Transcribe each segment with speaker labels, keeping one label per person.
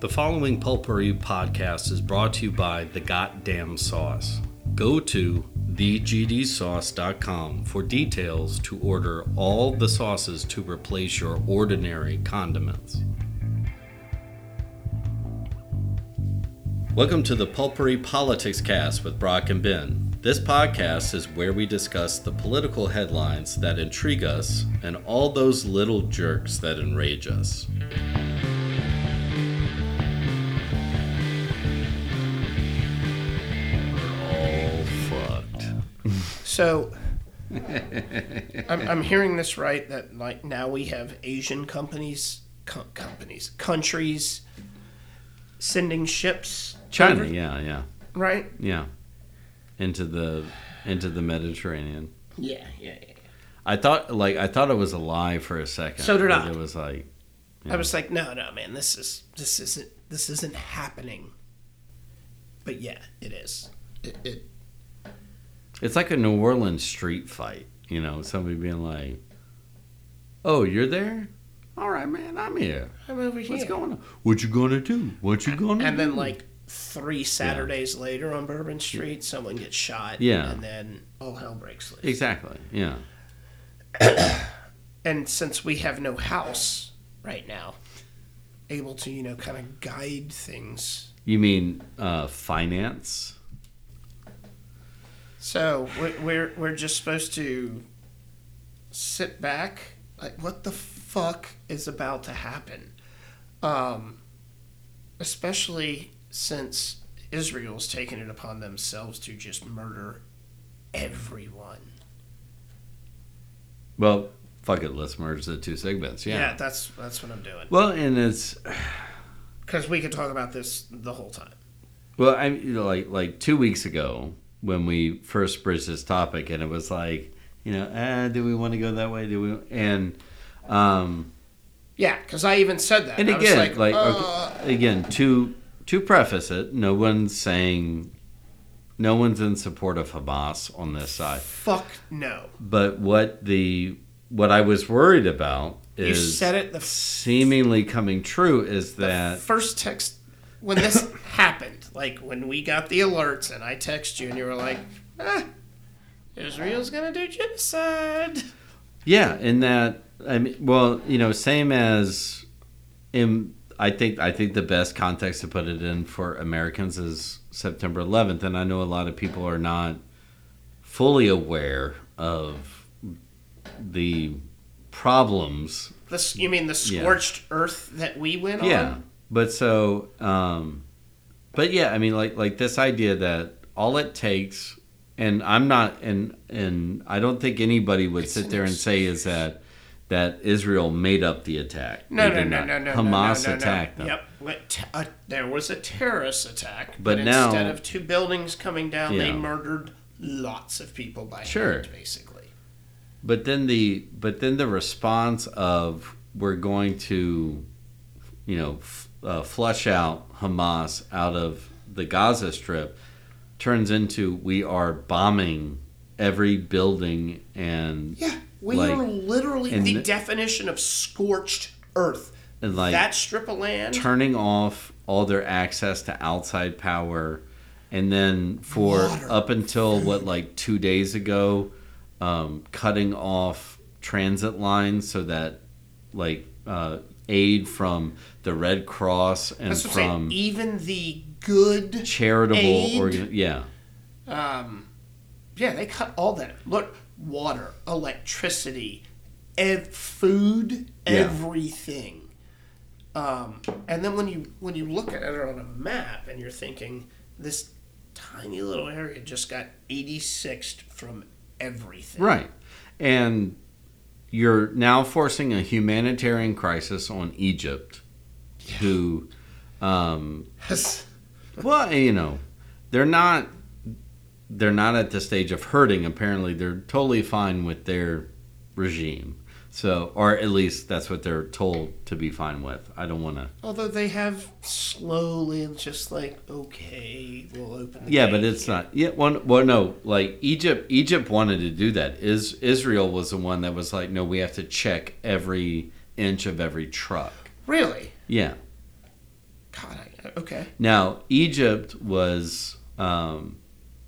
Speaker 1: The following Pulpery podcast is brought to you by The Goddamn Sauce. Go to thegdsauce.com for details to order all the sauces to replace your ordinary condiments. Welcome to the Pulpery Politics Cast with Brock and Ben. This podcast is where we discuss the political headlines that intrigue us and all those little jerks that enrage us. All fucked.
Speaker 2: So, I'm, I'm hearing this right that like now we have Asian companies, co- companies, countries sending ships,
Speaker 1: China, yeah, yeah,
Speaker 2: right?
Speaker 1: yeah, into the into the Mediterranean.
Speaker 2: Yeah, yeah. yeah.
Speaker 1: I thought like I thought it was a lie for a second.
Speaker 2: So did
Speaker 1: Like,
Speaker 2: I.
Speaker 1: It was like
Speaker 2: I was like, no, no, man, this is this isn't this isn't happening. But yeah, it is. It, it
Speaker 1: It's like a New Orleans street fight, you know, somebody being like, "Oh, you're there? All right, man, I'm here.
Speaker 2: I'm over here.
Speaker 1: What's going on? What you gonna do? What you gonna?"
Speaker 2: And
Speaker 1: do?"
Speaker 2: then like three Saturdays later on Bourbon Street, someone gets shot.
Speaker 1: Yeah.
Speaker 2: and then all hell breaks loose.
Speaker 1: exactly, yeah,
Speaker 2: and since we have no house right now, able to you know kind of guide things.
Speaker 1: you mean uh, finance?
Speaker 2: So we're we're, we're just supposed to sit back, like what the fuck is about to happen, um, especially since Israel's taken it upon themselves to just murder everyone.
Speaker 1: Well, fuck it, let's merge the two segments. Yeah.
Speaker 2: yeah that's that's what I'm doing.
Speaker 1: Well, and it's
Speaker 2: Because we could talk about this the whole time.
Speaker 1: Well, I you know, like like two weeks ago when we first bridged this topic, and it was like, you know, ah, do we want to go that way? Do we? And um,
Speaker 2: Yeah, because I even said that.
Speaker 1: and
Speaker 2: I was
Speaker 1: again, like,
Speaker 2: uh,
Speaker 1: okay, again, to to preface it, no one's saying, no one's in support of Hamas on this side.
Speaker 2: fuck no.
Speaker 1: But what the what I was worried about
Speaker 2: You
Speaker 1: is
Speaker 2: said it the f-
Speaker 1: seemingly coming true is that
Speaker 2: first text when this happened, like when we got the alerts and I text you and you were like, ah, Israel's gonna do genocide.
Speaker 1: Yeah, in that I mean, well, you know, same as in I think I think the best context to put it in for Americans is September 11th, and I know a lot of people are not fully aware of the problems.
Speaker 2: This you mean the scorched earth that we went
Speaker 1: Yeah,
Speaker 2: on?
Speaker 1: but so, um, but yeah, I mean, like like this idea that all it takes, and I'm not, and and I don't think anybody would sit there and say is that that Israel made up the attack. They
Speaker 2: No, no,
Speaker 1: did
Speaker 2: no,
Speaker 1: not.
Speaker 2: no, no, no.
Speaker 1: Hamas
Speaker 2: no, no, no.
Speaker 1: attacked them.
Speaker 2: Yep. What t- uh, there was a terrorist attack,
Speaker 1: But
Speaker 2: but,
Speaker 1: now-
Speaker 2: instead of two buildings coming down, they
Speaker 1: Yeah.
Speaker 2: murdered lots of people by
Speaker 1: Sure.
Speaker 2: hand, basically.
Speaker 1: But then the but then the response of we're going to, you know, f- uh, flush out Hamas out of the Gaza Strip turns into we are bombing every building and
Speaker 2: Yeah, we
Speaker 1: Like-
Speaker 2: are literally
Speaker 1: and
Speaker 2: the
Speaker 1: th- definition
Speaker 2: definition of scorched earth.
Speaker 1: And, like,
Speaker 2: that strip of land,
Speaker 1: turning off all their access to outside power and then for up until what like two days ago um, cutting off transit lines so that like uh, aid from the red cross and
Speaker 2: That's what I'm saying.
Speaker 1: from
Speaker 2: Even the good,
Speaker 1: charitable
Speaker 2: Aid?
Speaker 1: organ yeah
Speaker 2: um, yeah, they cut all that. Look, water, electricity, ev- food,
Speaker 1: Yeah.
Speaker 2: everything. Um, and then when you when you look at it on a map and you're thinking this tiny little area just got 86ed from everything.
Speaker 1: right and you're now forcing a humanitarian crisis on egypt who um,
Speaker 2: Yes.
Speaker 1: well you know they're not they're not at the stage of hurting apparently they're totally fine with their regime so or at least that's what they're told to be fine with i don't want to
Speaker 2: Although they have slowly and just like okay, we'll open. The
Speaker 1: yeah but
Speaker 2: gate.
Speaker 1: it's not yeah one well no like egypt egypt wanted to do that is israel was the one that was like no we have to check every inch of every truck
Speaker 2: really
Speaker 1: yeah
Speaker 2: God, Okay.
Speaker 1: Now, Egypt was, um,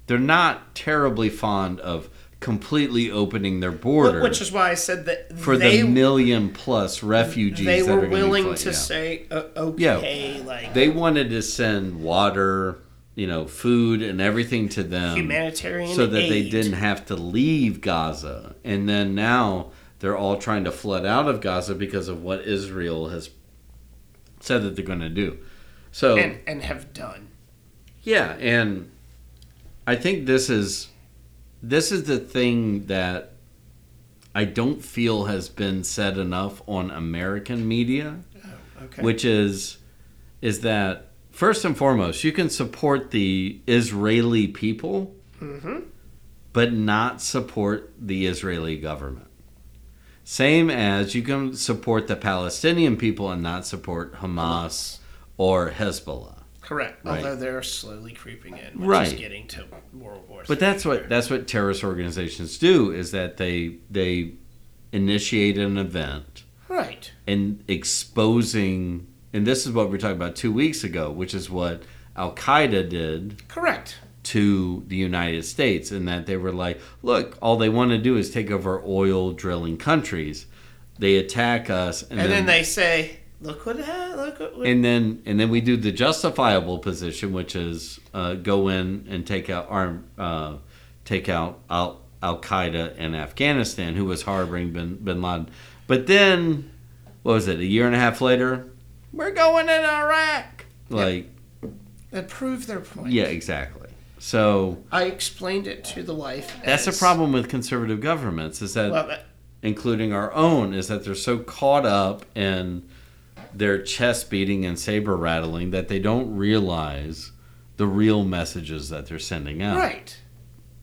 Speaker 1: they're not terribly fond of completely opening their border
Speaker 2: Which is why I said that
Speaker 1: for
Speaker 2: they,
Speaker 1: the million plus refugees
Speaker 2: they
Speaker 1: that
Speaker 2: were
Speaker 1: are gonna be
Speaker 2: willing
Speaker 1: fly-
Speaker 2: to
Speaker 1: yeah.
Speaker 2: say, uh,
Speaker 1: Yeah.
Speaker 2: okay, like
Speaker 1: They wanted to send water, you know, food and everything to them.
Speaker 2: humanitarian
Speaker 1: um, so that they
Speaker 2: aid.
Speaker 1: didn't have to leave Gaza. And then now they're all trying to flood out of Gaza because of what Israel has said that they're going to do. So,
Speaker 2: and, and have done.
Speaker 1: yeah, and I think this is this is the thing that I don't feel has been said enough on American media
Speaker 2: Okay.
Speaker 1: which is is that first and foremost you can support the israeli people
Speaker 2: Mm-hmm.
Speaker 1: but not support the israeli government same as you can support the palestinian people and not support hamas or hezbollah
Speaker 2: Correct.
Speaker 1: Right.
Speaker 2: Although they're slowly creeping in, which is
Speaker 1: Right.
Speaker 2: getting to World War.
Speaker 1: But that's what that's what terrorist organizations do is that they they initiate an event
Speaker 2: right.
Speaker 1: and exposing and this is what we were talking about two weeks ago, which is what Al Qaeda did
Speaker 2: Correct.
Speaker 1: to the United States and that they were like, look, all they want to do is take over oil drilling countries. They attack us and,
Speaker 2: And,
Speaker 1: then,
Speaker 2: then, they say, "Look what happened! Look what." what
Speaker 1: and then and then we do the justifiable position, which is uh, go in and take out arm uh, take out Al Al Qaeda in Afghanistan, who was harboring Bin Bin Laden. But then, what was it? A year and a half later, we're going in Iraq. Like,
Speaker 2: that proved their point.
Speaker 1: yeah, exactly. So
Speaker 2: I explained it to the wife.
Speaker 1: That's the
Speaker 2: as-
Speaker 1: problem with conservative governments is that,
Speaker 2: Well, that-
Speaker 1: including our own, is that they're so caught up in their chest beating and saber rattling that they don't realize the real messages that they're sending out.
Speaker 2: right.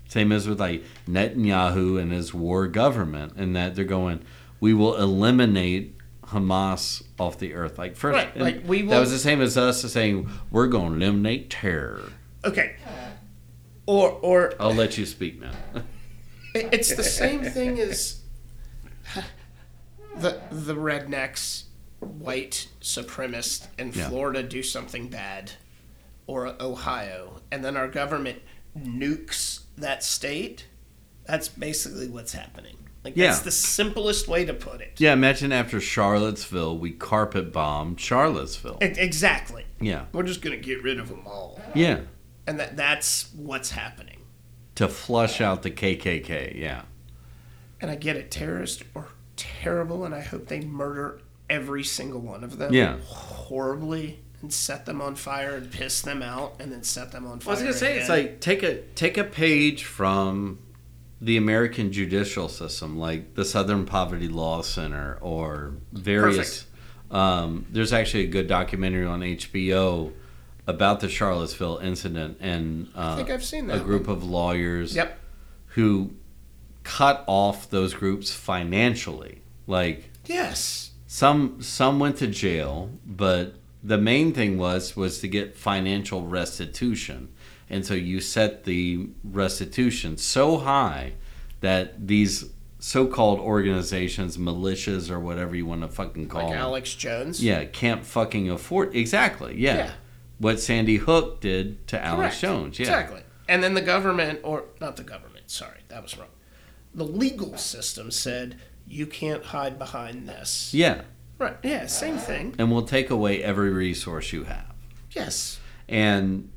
Speaker 1: Same as with like Netanyahu and his war government, and that they're going, we will eliminate Hamas off the earth. Like first,
Speaker 2: Right,
Speaker 1: and
Speaker 2: like, we
Speaker 1: that
Speaker 2: will-
Speaker 1: was the same as us saying we're going to eliminate terror.
Speaker 2: Okay. Or or
Speaker 1: I'll let you speak now.
Speaker 2: It- It's the same thing as the the rednecks, white supremacist in
Speaker 1: Yeah.
Speaker 2: Florida do something bad, or Ohio, and then our government nukes that state. That's basically what's happening. Like that's
Speaker 1: Yeah.
Speaker 2: the simplest way to put it.
Speaker 1: Yeah, imagine after Charlottesville, we carpet bombed Charlottesville.
Speaker 2: E- Exactly.
Speaker 1: Yeah,
Speaker 2: We're just gonna get rid of them all,
Speaker 1: yeah,
Speaker 2: and that that's what's happening.
Speaker 1: to flush out the KKK. Yeah,
Speaker 2: And I get it, terrorists are terrible, and I hope they murder every single one of them.
Speaker 1: Yeah.
Speaker 2: Horribly, and set them on fire and piss them out, and then set them on fire.
Speaker 1: I was gonna say it's
Speaker 2: again.
Speaker 1: like take a take a page from the American judicial system, like the Southern Poverty Law Center or various. Um, there's actually a good documentary on HBO about the Charlottesville incident and uh,
Speaker 2: think I've seen
Speaker 1: a
Speaker 2: that
Speaker 1: group of lawyers.
Speaker 2: Yep.
Speaker 1: who cut off those groups financially, like.
Speaker 2: Yes.
Speaker 1: some some went to jail but the main thing was was to get financial restitution and so you set the restitution so high that these so-called organizations militias or whatever you want to fucking call
Speaker 2: Like
Speaker 1: them
Speaker 2: Alex Jones.
Speaker 1: yeah can't fucking afford exactly yeah,
Speaker 2: Yeah.
Speaker 1: what sandy hook did to alex
Speaker 2: Correct.
Speaker 1: jones yeah
Speaker 2: Exactly. And then the government, or not the government, sorry, that was wrong. The legal system said, you can't hide behind this.
Speaker 1: yeah
Speaker 2: Right. Yeah, same thing.
Speaker 1: and we'll take away every resource you have
Speaker 2: Yes.
Speaker 1: and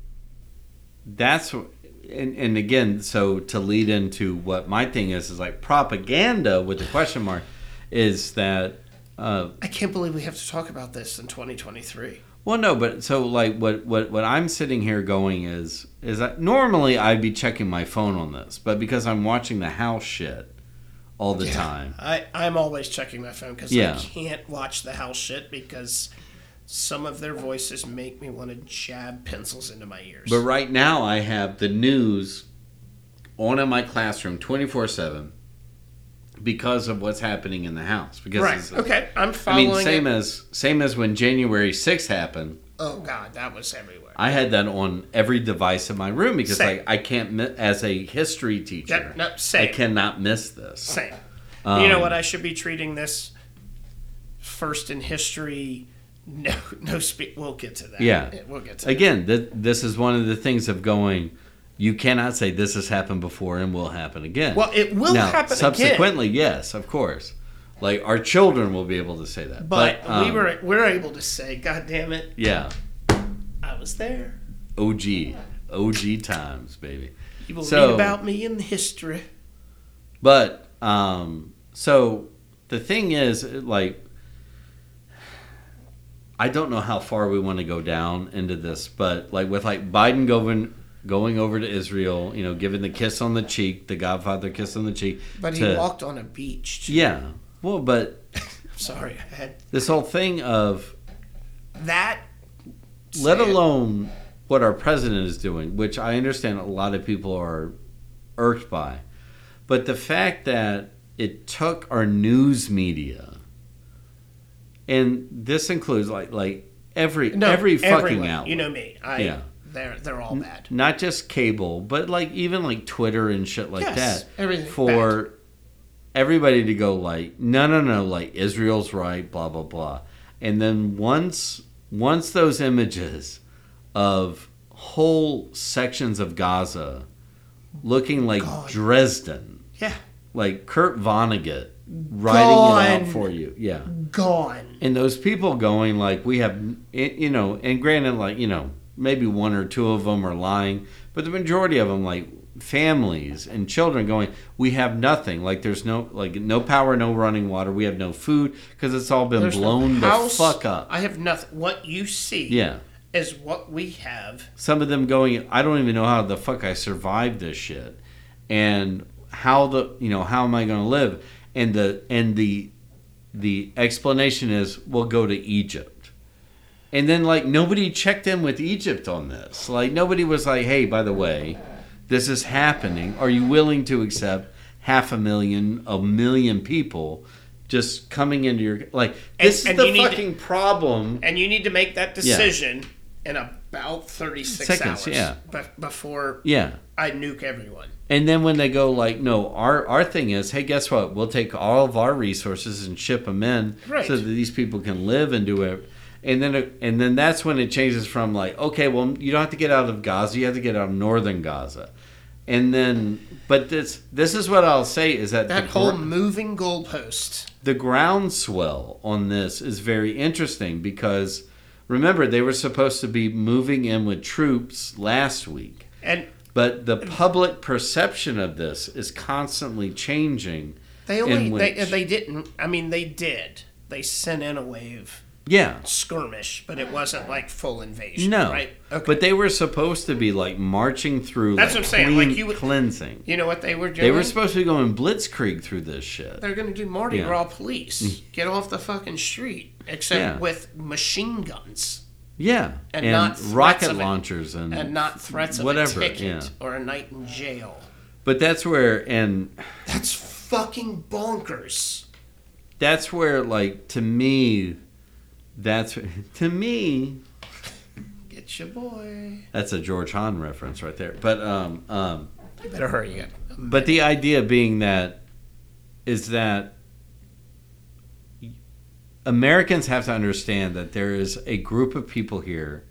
Speaker 1: that's wh- and, and again so to lead into what my thing is is like propaganda with the question mark is that uh
Speaker 2: I can't believe we have to talk about this in 2023.
Speaker 1: well no but so like what what what i'm sitting here going is is that normally i'd be checking my phone on this but because i'm watching the house shit all the time
Speaker 2: I, I'm always checking my phone because
Speaker 1: Yeah.
Speaker 2: I can't watch the house shit because some of their voices make me want to jab pencils into my ears.
Speaker 1: But right now, I have the news on in my classroom 24 7 because of what's happening in the house. Because
Speaker 2: right.
Speaker 1: it's-
Speaker 2: Okay. I'm
Speaker 1: I
Speaker 2: following.
Speaker 1: mean, same
Speaker 2: it.
Speaker 1: as same as when January 6th happened,
Speaker 2: oh God, that was everywhere.
Speaker 1: I had that on every device in my room because
Speaker 2: Same.
Speaker 1: like I can't mi- as a history teacher,
Speaker 2: Yep. Nope.
Speaker 1: I
Speaker 2: Same.
Speaker 1: cannot miss this.
Speaker 2: Same.
Speaker 1: Um,
Speaker 2: you know what? I should be treating this first in history No, no speed. We'll get to that.
Speaker 1: Yeah.
Speaker 2: we'll get to that.
Speaker 1: Again, th- this is one of the things of going. You cannot say this has happened before and will happen again.
Speaker 2: Well, it will
Speaker 1: now,
Speaker 2: happen again.
Speaker 1: subsequently, yes, of course. Like our children will be able to say that,
Speaker 2: But, we
Speaker 1: um,
Speaker 2: were we're able to say, "God damn it,
Speaker 1: yeah,
Speaker 2: I was there.
Speaker 1: OG, OG times, baby.
Speaker 2: You will
Speaker 1: So-
Speaker 2: read about me in history."
Speaker 1: But um, so the thing is, like, I don't know how far we want to go down into this, but like with like Biden going going over to Israel, you know, giving the kiss on the cheek, the Godfather kiss on the cheek.
Speaker 2: But he
Speaker 1: to-
Speaker 2: walked on a beach. too.
Speaker 1: Yeah. Well, but
Speaker 2: Sorry, I had
Speaker 1: this whole thing of
Speaker 2: that.
Speaker 1: let
Speaker 2: said-
Speaker 1: alone what our president is doing, which I understand a lot of people are irked by. But the fact that it took our news media, and this includes like like every
Speaker 2: No,
Speaker 1: every fucking
Speaker 2: everyone.
Speaker 1: outlet,
Speaker 2: You know me. I,
Speaker 1: Yeah. Mm.
Speaker 2: They're they're all bad.
Speaker 1: not just cable, but like even like Twitter and shit like
Speaker 2: Yes,
Speaker 1: that,
Speaker 2: everything
Speaker 1: for everybody to go like, no, no, no, like Israel's right, blah blah blah, and then once once those images of whole sections of Gaza looking like
Speaker 2: Gone.
Speaker 1: Dresden,
Speaker 2: Yeah.
Speaker 1: like Kurt Vonnegut writing it out
Speaker 2: Gone.
Speaker 1: for you, yeah
Speaker 2: Gone.
Speaker 1: and those people going like we have it- you know and granted like you know maybe one or two of them are lying but the majority of them like families and children going we have nothing like there's no like no power no running water we have no food because it's all been
Speaker 2: There's no
Speaker 1: blown the
Speaker 2: house.
Speaker 1: fuck up
Speaker 2: I have nothing. What you see
Speaker 1: yeah
Speaker 2: is what we have.
Speaker 1: some of them going i don't even know how the fuck i survived this shit and how the you know how am i going to live and the and the the explanation is we'll go to egypt and then like nobody checked in with egypt on this like nobody was like hey by the way this is happening are you willing to accept half a million a million people just coming into your like this
Speaker 2: and you
Speaker 1: is the
Speaker 2: need to-
Speaker 1: fucking problem
Speaker 2: And you need to make that decision in about 36
Speaker 1: Seconds,
Speaker 2: hours
Speaker 1: yeah.
Speaker 2: bef- before
Speaker 1: yeah
Speaker 2: I nuke everyone.
Speaker 1: And then when they go like, no, our our thing is, hey, guess what? We'll take all of our resources and ship them in,
Speaker 2: Right.
Speaker 1: so that these people can live and do it. And then it- and then that's when it changes from like, okay, well, you don't have to get out of Gaza, you have to get out of northern Gaza. And then, but this this is what I'll say is that,
Speaker 2: That
Speaker 1: the,
Speaker 2: whole
Speaker 1: gr-
Speaker 2: moving goalpost.
Speaker 1: the groundswell on this is very interesting because remember they were supposed to be moving in with troops last week.
Speaker 2: And
Speaker 1: But the public perception of this is constantly changing.
Speaker 2: they
Speaker 1: in
Speaker 2: only they,
Speaker 1: which-
Speaker 2: they didn't. I mean, they did. They sent in a wave
Speaker 1: yeah.
Speaker 2: skirmish, but it wasn't like full invasion.
Speaker 1: No.
Speaker 2: right? Okay.
Speaker 1: But they were supposed to be like marching through
Speaker 2: That's
Speaker 1: like,
Speaker 2: what I'm saying,
Speaker 1: clean
Speaker 2: like, you would-
Speaker 1: cleansing.
Speaker 2: you know what they were doing?
Speaker 1: They were supposed to be going blitzkrieg through this shit.
Speaker 2: They're going to do Mardi
Speaker 1: Yeah. Mm.
Speaker 2: Gras police. Get off the fucking street, except
Speaker 1: Yeah.
Speaker 2: with machine guns
Speaker 1: Yeah.
Speaker 2: And not threats
Speaker 1: rocket
Speaker 2: of it.
Speaker 1: launchers and,
Speaker 2: and not threats of
Speaker 1: Mm. whatever,
Speaker 2: a ticket
Speaker 1: yeah.
Speaker 2: or a night in jail.
Speaker 1: But that's where and
Speaker 2: That's fucking bonkers.
Speaker 1: that's where like to me that's to me
Speaker 2: Get your boy.
Speaker 1: that's a George Hahn reference right there. But um um
Speaker 2: You better hurry up.
Speaker 1: But the idea being that is that Americans have to understand that there is a group of people here,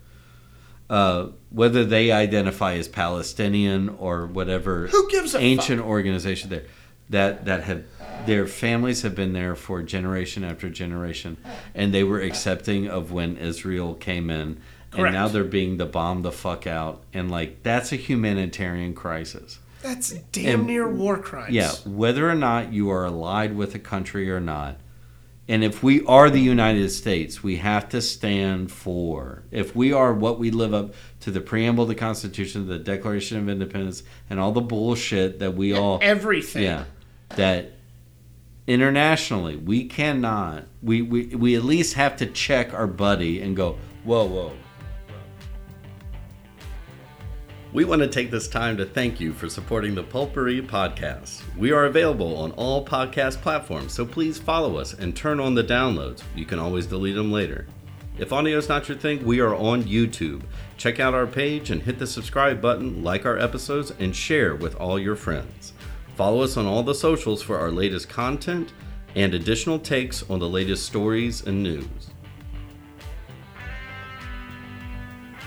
Speaker 1: uh, whether they identify as Palestinian or whatever
Speaker 2: Who gives a
Speaker 1: ancient organization there, that that have their families have been there for generation after generation, and they were accepting of when Israel came in, and
Speaker 2: Correct.
Speaker 1: now they're being the bomb the fuck out, and like that's a humanitarian crisis.
Speaker 2: fuck? That's damn
Speaker 1: And-
Speaker 2: near war crimes.
Speaker 1: Yeah, whether or not you are allied with a country or not, and if we are the United States, we have to stand for. If we are what we live up to the preamble, the Constitution, the Declaration of Independence, and all the bullshit that we all
Speaker 2: Everything.
Speaker 1: yeah that internationally we cannot we, we we at least have to check our buddy and go whoa whoa we want to take this time to thank you for supporting the Pulpery Podcast. We are available on all podcast platforms, so please follow us and turn on the downloads. You can always delete them later. If audio's not your thing, we are on YouTube. Check out our page and hit the subscribe button, like our episodes, and share with all your friends. Follow us on all the socials for our latest content and additional takes on the latest stories and news.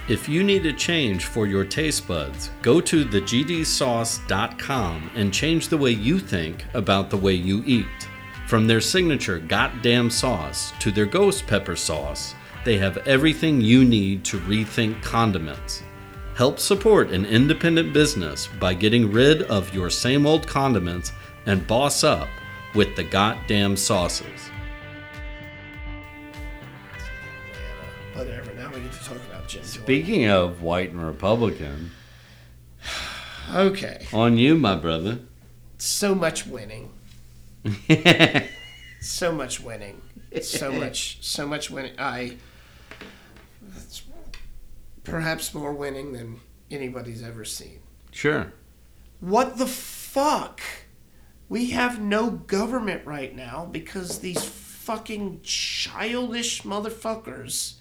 Speaker 1: If you need a change for your taste buds, go to thegdsauce.com and change the way you think about the way you eat. From their signature goddamn sauce to their ghost pepper sauce, they have everything you need to rethink condiments. Help support an independent business by getting rid of your same old condiments and boss up with the goddamn sauces.
Speaker 2: Whatever. Now we get to talk about Jim. Jordan.
Speaker 1: Speaking of white and Republican,
Speaker 2: Okay.
Speaker 1: on you, my brother.
Speaker 2: So much winning. So much winning. So much. So much winning. I. That's perhaps more winning than anybody's ever seen.
Speaker 1: sure.
Speaker 2: What the fuck? We have no government right now because these fucking childish motherfuckers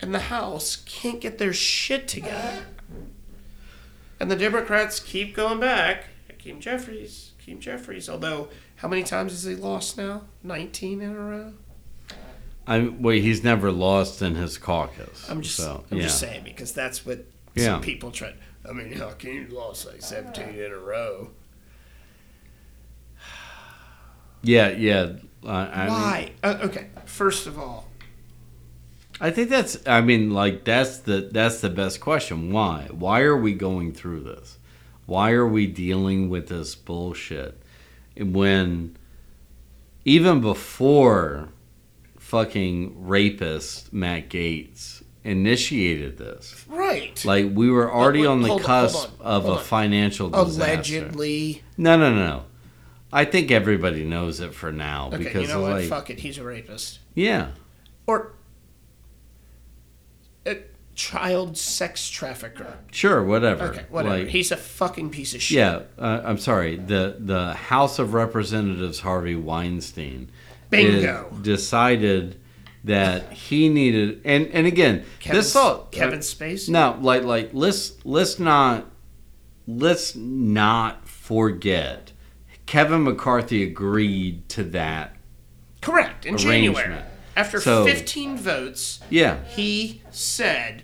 Speaker 2: in the House can't get their shit together. And the Democrats keep going back. Hakeem Jeffries, Hakeem Jeffries. Although, how many times has he lost now? 19 in a row?
Speaker 1: I well, he's never lost in his caucus.
Speaker 2: I'm just,
Speaker 1: so,
Speaker 2: I'm
Speaker 1: yeah.
Speaker 2: just saying because that's what
Speaker 1: Yeah.
Speaker 2: some people try. I mean, Hakeem lost like 17 in a row.
Speaker 1: Yeah, yeah. I, I mean,
Speaker 2: Why? uh, okay, first of all,
Speaker 1: I think that's. I mean, like that's the that's the best question. Why? Why are we going through this? Why are we dealing with this bullshit? When even before fucking rapist Matt Gates initiated this,
Speaker 2: Right.
Speaker 1: like we were already
Speaker 2: wait,
Speaker 1: on the
Speaker 2: hold on, hold
Speaker 1: cusp
Speaker 2: on,
Speaker 1: of
Speaker 2: hold
Speaker 1: a
Speaker 2: on.
Speaker 1: financial disaster.
Speaker 2: Allegedly.
Speaker 1: No, no, no. I think everybody knows it for now
Speaker 2: Okay,
Speaker 1: because
Speaker 2: you know
Speaker 1: it's
Speaker 2: what?
Speaker 1: like,
Speaker 2: Fuck it. He's a rapist.
Speaker 1: yeah,
Speaker 2: Or a child sex trafficker.
Speaker 1: sure, whatever.
Speaker 2: Okay, whatever.
Speaker 1: Like,
Speaker 2: He's a fucking piece of shit.
Speaker 1: yeah, uh, I'm sorry. The the House of Representatives Harvey Weinstein
Speaker 2: Bingo.
Speaker 1: is- decided that he needed and and again
Speaker 2: Kevin,
Speaker 1: this all
Speaker 2: Kevin Spacey.
Speaker 1: No, like like let's let's not let's not forget Kevin McCarthy agreed to that.
Speaker 2: Correct. In January.
Speaker 1: Arrangement.
Speaker 2: After
Speaker 1: So-
Speaker 2: 15 votes,
Speaker 1: Yeah.
Speaker 2: he said,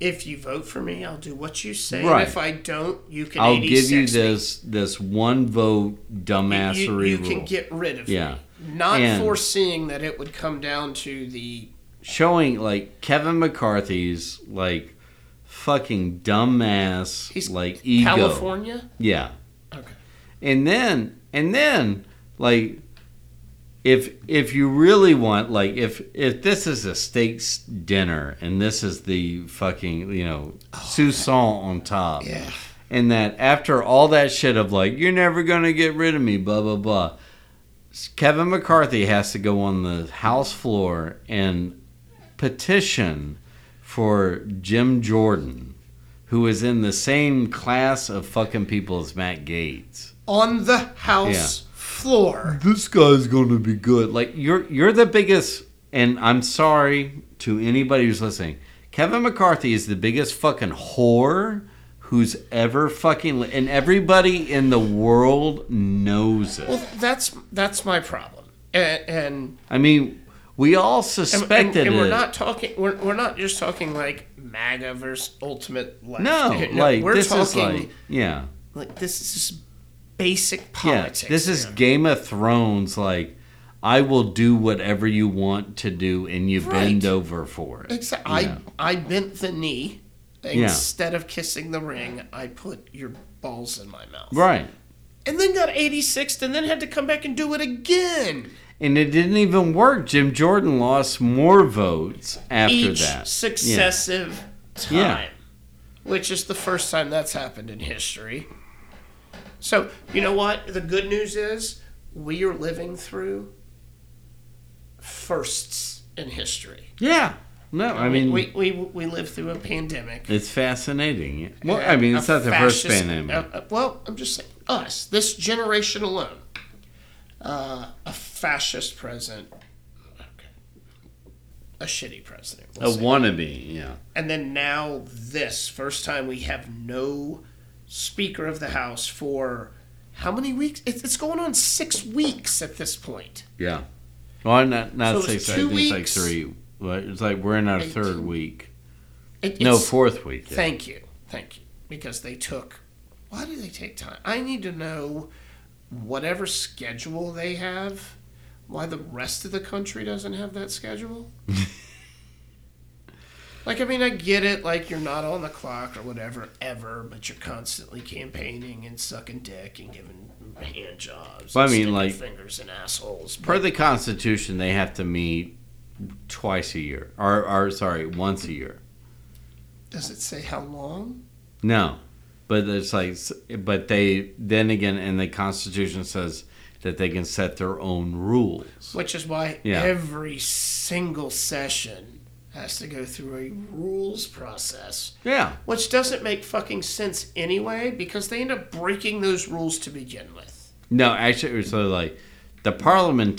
Speaker 2: if you vote for me, I'll do what you say.
Speaker 1: Right.
Speaker 2: And if I don't, you can
Speaker 1: I'll give you
Speaker 2: 86 me.
Speaker 1: this this one vote dumbassery
Speaker 2: you, you
Speaker 1: rule.
Speaker 2: can get rid of
Speaker 1: Yeah.
Speaker 2: me. Not
Speaker 1: And-
Speaker 2: foreseeing that it would come down to the
Speaker 1: Showing like Kevin McCarthy's like fucking dumbass
Speaker 2: He's
Speaker 1: like ego.
Speaker 2: California.
Speaker 1: Yeah.
Speaker 2: Okay.
Speaker 1: And then and then like if if you really want like if if this is a steaks dinner and this is the fucking you know Sousson on top.
Speaker 2: Oh, Yeah.
Speaker 1: And that after all that shit of like you're never gonna get rid of me, blah blah blah. Kevin McCarthy has to go on the House floor and petition for Jim Jordan, who is in the same class of fucking people as Matt Gates.
Speaker 2: on the house floor.
Speaker 1: This guy's gonna be good. Like you're you're the biggest and I'm sorry to anybody who's listening. Kevin McCarthy is the biggest fucking whore who's ever fucking li- and everybody in the world knows it.
Speaker 2: Well, that's that's my problem, and and,
Speaker 1: I mean, we all
Speaker 2: and,
Speaker 1: suspected
Speaker 2: and, and we're
Speaker 1: it.
Speaker 2: not talking. We're, we're not just talking like MAGA versus ultimate left.
Speaker 1: no, like
Speaker 2: we're
Speaker 1: this
Speaker 2: talking
Speaker 1: is like yeah,
Speaker 2: like, this is just basic
Speaker 1: yeah.
Speaker 2: politics.
Speaker 1: This is
Speaker 2: man.
Speaker 1: Game of Thrones. Like, I will do whatever you want to do, and you bend
Speaker 2: Right.
Speaker 1: over for it.
Speaker 2: Exa-
Speaker 1: Yeah.
Speaker 2: I I bent the knee instead of kissing the ring. I put your balls in my mouth,
Speaker 1: Right,
Speaker 2: and then got 86th, and then had to come back and do it again.
Speaker 1: and it didn't even work. Jim Jordan lost more votes after
Speaker 2: each
Speaker 1: that.
Speaker 2: successive time,
Speaker 1: Yeah.
Speaker 2: which is the first time that's happened in history. So, you know what? The good news is we are living through firsts in history.
Speaker 1: Yeah. No, I mean
Speaker 2: we, we, we live through a pandemic.
Speaker 1: it's fascinating. Well, I mean it's
Speaker 2: A
Speaker 1: not the first
Speaker 2: fascist-
Speaker 1: pandemic.
Speaker 2: uh, uh, well, I'm just saying, us, this generation alone, uh, a fascist president, okay, a shitty president. we'll
Speaker 1: a
Speaker 2: say.
Speaker 1: wannabe. Yeah.
Speaker 2: And then now this first time we have no Speaker of the House for how many weeks? It's, it's going on six weeks at this point.
Speaker 1: Yeah. Well, not not
Speaker 2: So it was
Speaker 1: six. I
Speaker 2: two
Speaker 1: think it's like
Speaker 2: weeks.
Speaker 1: three. Well, It's like we're in our third
Speaker 2: Eighteen.
Speaker 1: week.
Speaker 2: It,
Speaker 1: No,
Speaker 2: it's-
Speaker 1: fourth weekend.
Speaker 2: Thank you. Thank you. Because they took. Why do they take time? I need to know whatever schedule they have, why the rest of the country doesn't have that schedule. like, I mean, I get it. Like, you're not on the clock or whatever, ever, but you're constantly campaigning and sucking dick and giving hand jobs.
Speaker 1: Well, I
Speaker 2: and
Speaker 1: mean,
Speaker 2: sticking
Speaker 1: like-
Speaker 2: Fingers and assholes.
Speaker 1: Per the Constitution, they have to meet twice a year, or, or sorry, once a year.
Speaker 2: Does it say how long?
Speaker 1: No, but it's like, but they then again, and the Constitution says that they can set their own rules.
Speaker 2: Which is why
Speaker 1: Yeah.
Speaker 2: every single session has to go through a rules process,
Speaker 1: Yeah,
Speaker 2: which doesn't make fucking sense anyway because they end up breaking those rules to begin with.
Speaker 1: no, actually, it was sort of like the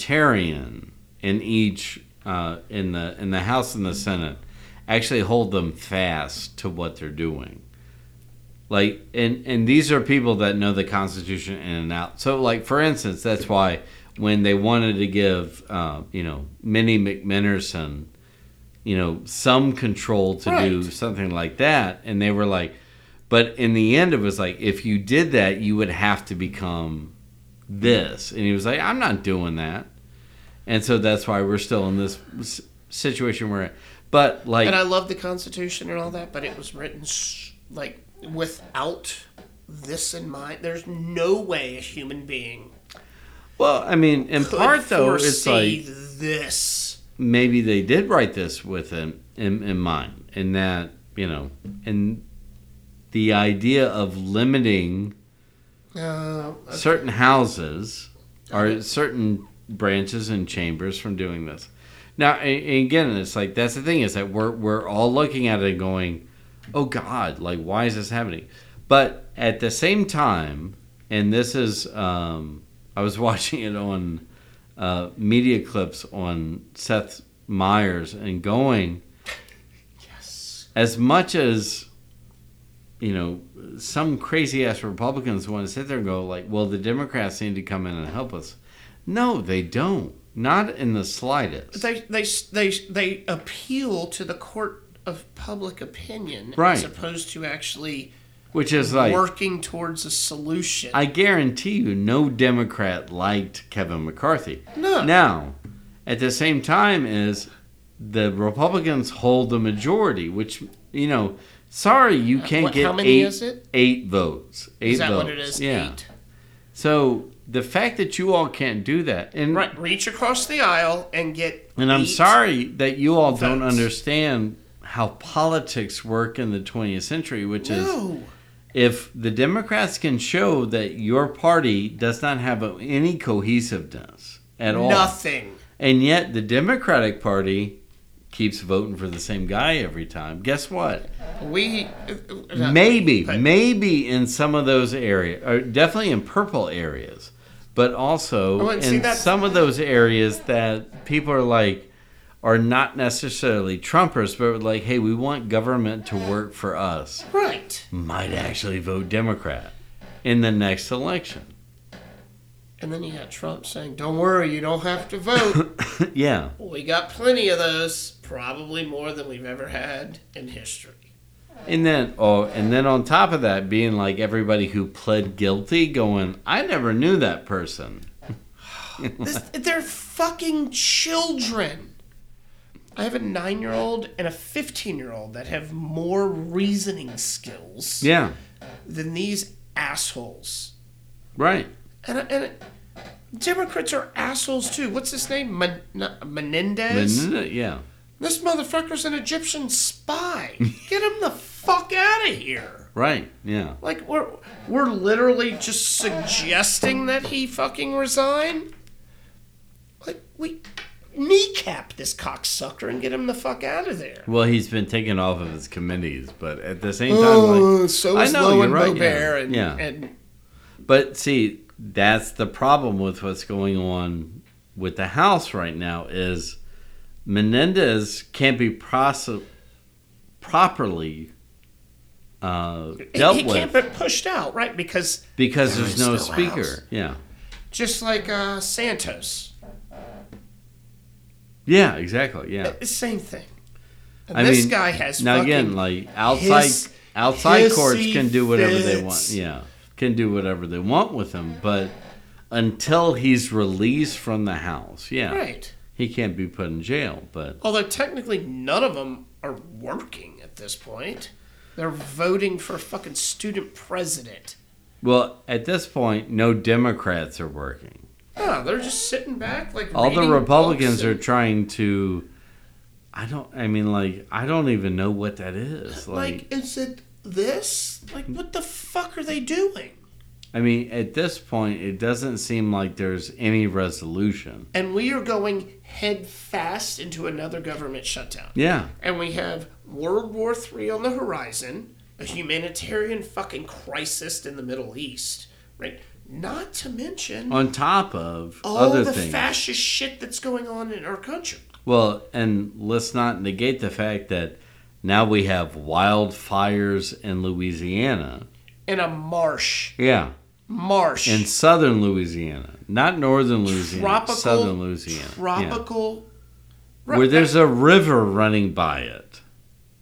Speaker 1: parliamentarian in each uh, in the in the House and the Senate actually hold them fast to what they're doing. Like, and and these are people that know the Constitution in and out. So, like for instance, that's why when they wanted to give uh, you know Minnie McMinnerson, you know, some control to do
Speaker 2: Right.
Speaker 1: something like that, and they were like, but in the end, it was like if you did that, you would have to become this, and he was like, I'm not doing that, and so that's why we're still in this s- situation we're in. But like,
Speaker 2: And I love the Constitution and all that, but it was written s- like without this in mind. There's no way a human being
Speaker 1: well, I mean, in
Speaker 2: could
Speaker 1: part though, it's like.
Speaker 2: foresee this.
Speaker 1: maybe they did write this with an in, in mind and that you know and the idea of limiting
Speaker 2: Uh,
Speaker 1: certain houses or certain branches and chambers from doing this now a- and again it's like that's the thing is that we're we're all looking at it going oh god like why is this happening but at the same time and this is um i was watching it on uh media clips on seth meyers and going
Speaker 2: yes.
Speaker 1: as much as you know some crazy ass republicans want to sit there and go like well the democrats need to come in and help us no they don't not in the slightest
Speaker 2: they they they they appeal to the court of public opinion
Speaker 1: Right.
Speaker 2: as opposed to actually
Speaker 1: which is like
Speaker 2: working towards a solution.
Speaker 1: i guarantee you no democrat liked kevin mccarthy
Speaker 2: no,
Speaker 1: now at the same time is the republicans hold the majority which you know sorry you can't
Speaker 2: Uh, What-
Speaker 1: get
Speaker 2: how many
Speaker 1: eight,
Speaker 2: is it?
Speaker 1: eight votes eight
Speaker 2: Is that
Speaker 1: votes
Speaker 2: what it is? Eight.
Speaker 1: So the fact that you all can't do that, and
Speaker 2: Right, reach across the aisle and get.
Speaker 1: and I'm
Speaker 2: eight.
Speaker 1: sorry that you all don't
Speaker 2: votes.
Speaker 1: understand how politics work in the 20th century, which is
Speaker 2: No,
Speaker 1: if the Democrats can show that your party does not have any cohesiveness at all,
Speaker 2: nothing.
Speaker 1: and yet the Democratic Party keeps voting for the same guy every time. Guess what?
Speaker 2: We uh,
Speaker 1: maybe
Speaker 2: but-
Speaker 1: maybe in some of those areas or definitely in purple areas but also
Speaker 2: Oh,
Speaker 1: in
Speaker 2: and see, that's-
Speaker 1: some of those areas that people are like are not necessarily trumpers but like hey we want government to work for us
Speaker 2: right,
Speaker 1: might actually vote democrat in the next election
Speaker 2: and then you got Trump saying, "Don't worry, you don't have to vote.
Speaker 1: yeah
Speaker 2: we got plenty of those, probably more than we've ever had in history."
Speaker 1: and then oh and then on top of that being like everybody who pled guilty going i never knew that person
Speaker 2: This, they're fucking children. I have a nine year old and a 15 year old that have more reasoning skills
Speaker 1: yeah
Speaker 2: than these assholes.
Speaker 1: right
Speaker 2: And, and Democrats are assholes too. What's his name? Men, not- Menendez?
Speaker 1: yeah
Speaker 2: this motherfucker's an Egyptian spy. Get him the fuck out of here.
Speaker 1: right yeah
Speaker 2: Like we're we're literally just suggesting that he fucking resign. Like we kneecap this cocksucker and get him the fuck out of there.
Speaker 1: Well, he's been taken off of his committees, but at the same time, like,
Speaker 2: Oh, so
Speaker 1: I
Speaker 2: is
Speaker 1: know,
Speaker 2: Lowe
Speaker 1: you're
Speaker 2: and
Speaker 1: right,
Speaker 2: Robert
Speaker 1: yeah,
Speaker 2: and,
Speaker 1: yeah.
Speaker 2: and
Speaker 1: but see, that's the problem with what's going on with the House right now is Menendez can't be proce- properly uh,
Speaker 2: he-
Speaker 1: dealt
Speaker 2: he,
Speaker 1: with
Speaker 2: can't be pushed out, right? Because
Speaker 1: because
Speaker 2: There
Speaker 1: there's
Speaker 2: is
Speaker 1: no
Speaker 2: no
Speaker 1: speaker.
Speaker 2: House.
Speaker 1: Yeah,
Speaker 2: just like uh, Santos,
Speaker 1: yeah, exactly. Yeah,
Speaker 2: the same thing. And this guy has
Speaker 1: now
Speaker 2: fucking
Speaker 1: again like outside
Speaker 2: hiss-
Speaker 1: outside courts
Speaker 2: hissy
Speaker 1: can do whatever they
Speaker 2: fits.
Speaker 1: want. Yeah, can do whatever they want with him, but until he's released from the house, yeah,
Speaker 2: right.
Speaker 1: he can't be put in jail. But
Speaker 2: Although technically none of them are working at this point. They're voting for fucking student president.
Speaker 1: well, at this point, no Democrats are working.
Speaker 2: Oh, they're just sitting back like
Speaker 1: All the
Speaker 2: reading
Speaker 1: Republicans
Speaker 2: books
Speaker 1: are
Speaker 2: and-
Speaker 1: trying to. I don't. I mean, like, I don't even know what that is. Like,
Speaker 2: like is it this? Like what the fuck are they doing?
Speaker 1: I mean, at this point, it doesn't seem like there's any resolution.
Speaker 2: And we are going head fast into another government shutdown.
Speaker 1: Yeah,
Speaker 2: And we have World War III on the horizon, a humanitarian fucking crisis in the Middle East, right? Not to mention
Speaker 1: on top of
Speaker 2: all
Speaker 1: other
Speaker 2: the
Speaker 1: things.
Speaker 2: fascist shit that's going on in our country.
Speaker 1: Well, and let's not negate the fact that now we have wildfires in Louisiana.
Speaker 2: In a marsh.
Speaker 1: Yeah,
Speaker 2: Marsh.
Speaker 1: in southern Louisiana, not northern Louisiana,
Speaker 2: tropical.
Speaker 1: southern Louisiana. Yeah.
Speaker 2: Tropical.
Speaker 1: where there's a river running by it.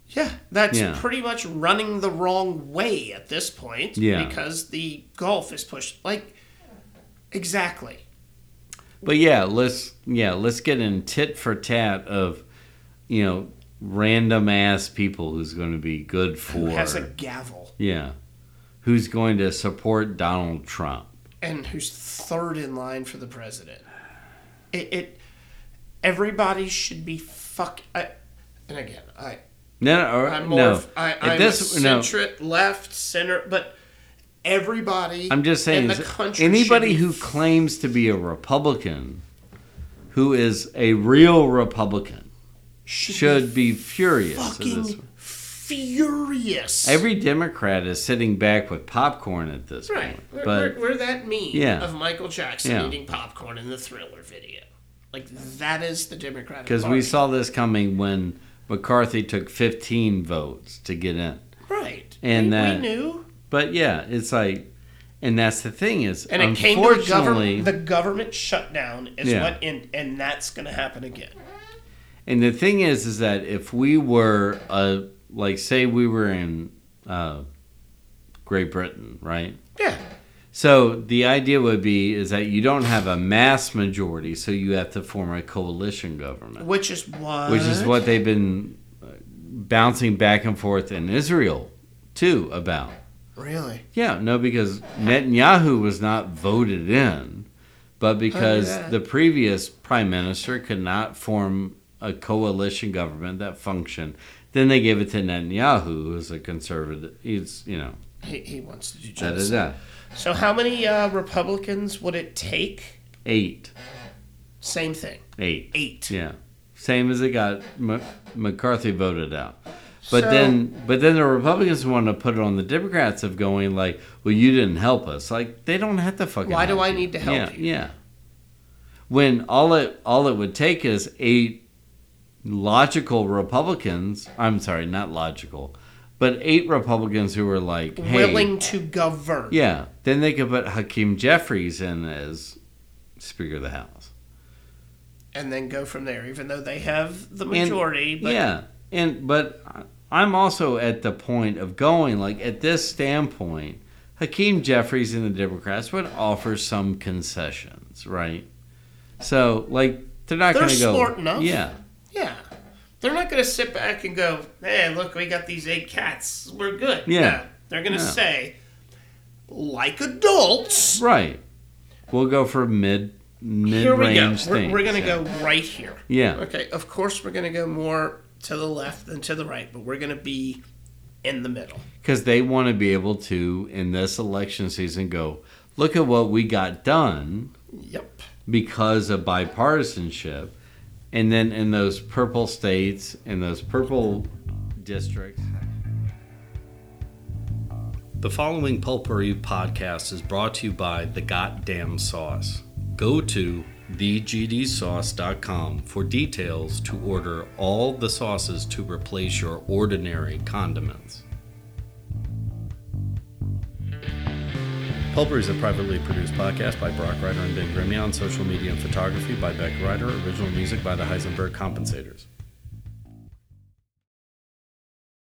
Speaker 2: Yeah, that's
Speaker 1: Yeah.
Speaker 2: pretty much running the wrong way at this point.
Speaker 1: Yeah.
Speaker 2: Because the Gulf is pushed. Like, exactly.
Speaker 1: But yeah, let's yeah let's get in tit for tat of you know random ass people who's going to be good
Speaker 2: Who
Speaker 1: for
Speaker 2: has a gavel
Speaker 1: yeah who's going to support Donald Trump.
Speaker 2: and who's third in line for the president? It. it everybody should be fuck. I, and again, I.
Speaker 1: No, no, or,
Speaker 2: I'm more.
Speaker 1: Uh, no.
Speaker 2: of- I,
Speaker 1: At
Speaker 2: I'm
Speaker 1: this-
Speaker 2: a
Speaker 1: no.
Speaker 2: centrist, left, center, but everybody.
Speaker 1: I'm just saying,
Speaker 2: in the
Speaker 1: is
Speaker 2: country
Speaker 1: anybody
Speaker 2: should be
Speaker 1: who claims to be a Republican, who is a real Republican, should be furious. at this
Speaker 2: fucking furious.
Speaker 1: Every Democrat is sitting back with popcorn at this
Speaker 2: right,
Speaker 1: point.
Speaker 2: we're,
Speaker 1: But
Speaker 2: we're, we're that meme
Speaker 1: Yeah.
Speaker 2: of Michael Jackson
Speaker 1: Yeah.
Speaker 2: eating popcorn in the Thriller video. Like that is the Democratic
Speaker 1: because we
Speaker 2: Party.
Speaker 1: saw this coming when McCarthy took 15 votes to get in.
Speaker 2: right,
Speaker 1: and
Speaker 2: we,
Speaker 1: that-
Speaker 2: we knew,
Speaker 1: But yeah, it's like, and that's the thing is,
Speaker 2: and it came to the
Speaker 1: unfortunately,
Speaker 2: government. The government shutdown is
Speaker 1: Yeah.
Speaker 2: what, in, and that's going to happen again.
Speaker 1: and the thing is, is that if we were a like, say we were in uh, Great Britain, right?
Speaker 2: Yeah,
Speaker 1: So the idea would be is that you don't have a mass majority, so you have to form a coalition government,
Speaker 2: which is what,
Speaker 1: which is what they've been uh, bouncing back and forth in Israel too about.
Speaker 2: really
Speaker 1: Yeah, no, because Netanyahu was not voted in, but because
Speaker 2: that.
Speaker 1: the previous prime minister could not form a coalition government that functioned. Then they gave it to Netanyahu, who's a conservative. He's you know
Speaker 2: he, he wants to do
Speaker 1: da da
Speaker 2: justice.
Speaker 1: da.
Speaker 2: So how many uh, Republicans would it take?
Speaker 1: Eight,
Speaker 2: Same thing,
Speaker 1: eight.
Speaker 2: eight.
Speaker 1: Yeah, same as it got M- McCarthy voted out. But
Speaker 2: So-
Speaker 1: then, but then the Republicans want to put it on the Democrats of going like, "Well, you didn't help us." Like they don't have to fucking.
Speaker 2: Why do
Speaker 1: help
Speaker 2: I
Speaker 1: you.
Speaker 2: need to help
Speaker 1: yeah,
Speaker 2: you?
Speaker 1: Yeah. When all it all it would take is eight logical Republicans. I'm sorry, not logical, but eight Republicans who were like, "Hey,
Speaker 2: Willing to govern.
Speaker 1: yeah." Then they could put Hakeem Jeffries in as Speaker of the House.
Speaker 2: and then go from there, even though they have the
Speaker 1: And-
Speaker 2: majority. but
Speaker 1: yeah, and but I'm also at the point of going like at this standpoint, Hakeem Jeffries and the Democrats would offer some concessions, right? So like they're not
Speaker 2: They're
Speaker 1: going to go.
Speaker 2: smart enough.
Speaker 1: Yeah,
Speaker 2: yeah. They're not going to sit back and go, hey, look, we got these eight cats. We're good.
Speaker 1: Yeah.
Speaker 2: No. They're going to
Speaker 1: No.
Speaker 2: say, like adults,
Speaker 1: right. We'll go for mid mid
Speaker 2: here we go.
Speaker 1: range
Speaker 2: We're,
Speaker 1: things.
Speaker 2: we're going to
Speaker 1: yeah.
Speaker 2: go right here.
Speaker 1: Yeah.
Speaker 2: Okay. Of course, we're going to go more to the left than to the right, but we're going to be in the middle.
Speaker 1: because they want to be able to in this election season go look at what we got done
Speaker 2: Yep.
Speaker 1: because of bipartisanship. And then in those purple states, in those purple districts. The following Pulpery podcast is brought to you by The Goddamn Sauce. Go to thegdsauce.com for details to order all the sauces to replace your ordinary condiments. Pulper is a privately produced podcast by Brock Ryder and Ben Grimmie on social media and photography by Beck Ryder, original music by the Heisenberg Compensators.